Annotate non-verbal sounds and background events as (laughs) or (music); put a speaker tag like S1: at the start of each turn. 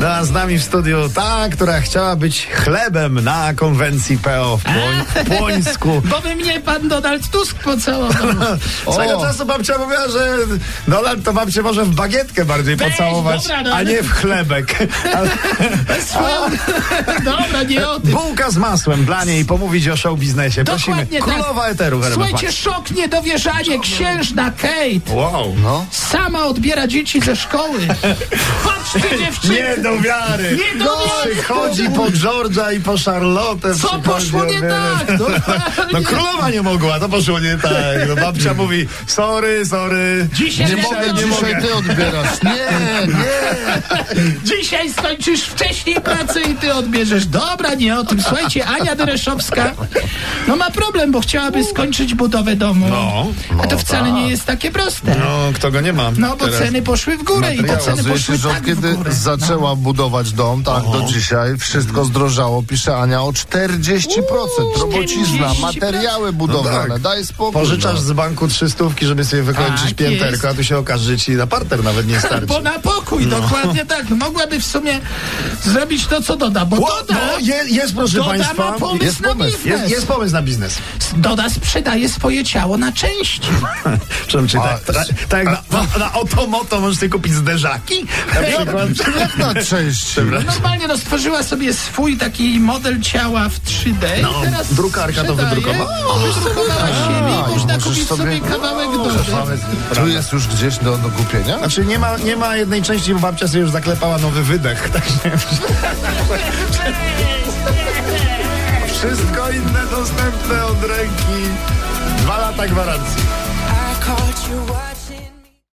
S1: No a z nami w studiu ta, która chciała być chlebem na konwencji PO w, Płoń,
S2: (laughs)
S1: w Płońsku.
S2: Bo by mnie pan Donald Tusk
S1: (laughs)
S2: pocałował.
S1: Swego czasu babcia mówiła, że Donald to babcie może w bagietkę bardziej
S2: Weź,
S1: pocałować,
S2: dobra, no,
S1: a
S2: ale-
S1: nie w
S2: (laughs)
S1: chlebek. Ale
S2: Dobra, nie o tym.
S1: bułka z masłem dla niej pomówić o show biznesie. Prosimy.
S2: Dokładnie tak.
S1: Królowa eteru w RMF
S2: Słuchajcie,
S1: Max.
S2: szok, niedowierzanie, księżna Kate
S1: Wow. No.
S2: sama odbiera dzieci ze szkoły. Patrzcie dziewczyny,
S1: Nie do wiary.
S2: Nie do wiary.
S1: Przychodzi po George'a i po Charlotte.
S2: co
S1: przychodzi,
S2: poszło nie
S1: obie-
S2: tak?
S1: No
S2: Normalnie.
S1: królowa nie mogła, to poszło nie tak. No, babcia mówi, sorry, sorry.
S2: Dzisiaj
S3: Nie
S2: nie
S3: mogę,
S2: mogę.
S3: dzisiaj ty
S1: (laughs)
S3: odbierasz. Nie,
S1: No.
S3: nie.
S2: Dzisiaj skończysz wcześniej pracę i ty odbierzesz. Dobra, nie o tym. Słuchajcie, Ania Dereszowska no ma problem, bo chciałaby skończyć budowę domu.
S1: No, tak.
S2: A to wcale nie jest takie proste.
S1: No, kto go nie ma?
S2: No bo
S1: teraz?
S2: ceny poszły w górę i te
S1: materiały.
S2: ceny
S3: Okazuje się,
S2: poszły
S3: że od
S2: tak w
S3: kiedy
S2: górę.
S3: zaczęła budować dom, tak do dzisiaj,
S1: Mhm.
S3: wszystko zdrożało, pisze Ania, o 40%. Robocizna,
S2: 40%.
S3: materiały budowlane,
S1: No tak.
S3: daj spokój.
S1: Pożyczasz z banku trzystówki, żeby sobie wykończyć
S2: Tak jest.
S1: pięterko, a tu się okaże, że ci na parter nawet nie starczy.
S2: No, Bo na pokój, dokładnie tak. No, mogłaby w sumie zrobić to, co doda, bo
S1: O,
S2: doda,
S1: no, je, jest, proszę
S2: doda
S1: Państwa.
S2: ma pomysł
S3: jest
S2: na
S3: pomysł.
S2: biznes.
S1: Jest, jest pomysł na biznes.
S2: Doda sprzedaje swoje ciało na części.
S1: No. Czym, czy tak, tak, tak jak na, na, na Otomoto możesz sobie kupić zderzaki? Na przykład.
S3: Jak na części?
S2: Normalnie no, stworzyła sobie swój taki model ciała w 3D.
S1: No,
S2: i teraz
S1: drukarka to
S2: sprzedaje.
S1: wydrukowała.
S2: No, Wydrukowała siebie i można
S3: możesz
S2: kupić
S3: sobie-
S2: sobie kawałek domy.
S3: Tu jest już gdzieś do, do kupienia?
S1: Znaczy nie ma, nie ma jednej części, bo babcia sobie już zaklepała nowy wydech. (laughs) tak Także wszystko inne dostępne od ręki. Dwa lata gwarancji.
S4: I caught you watching.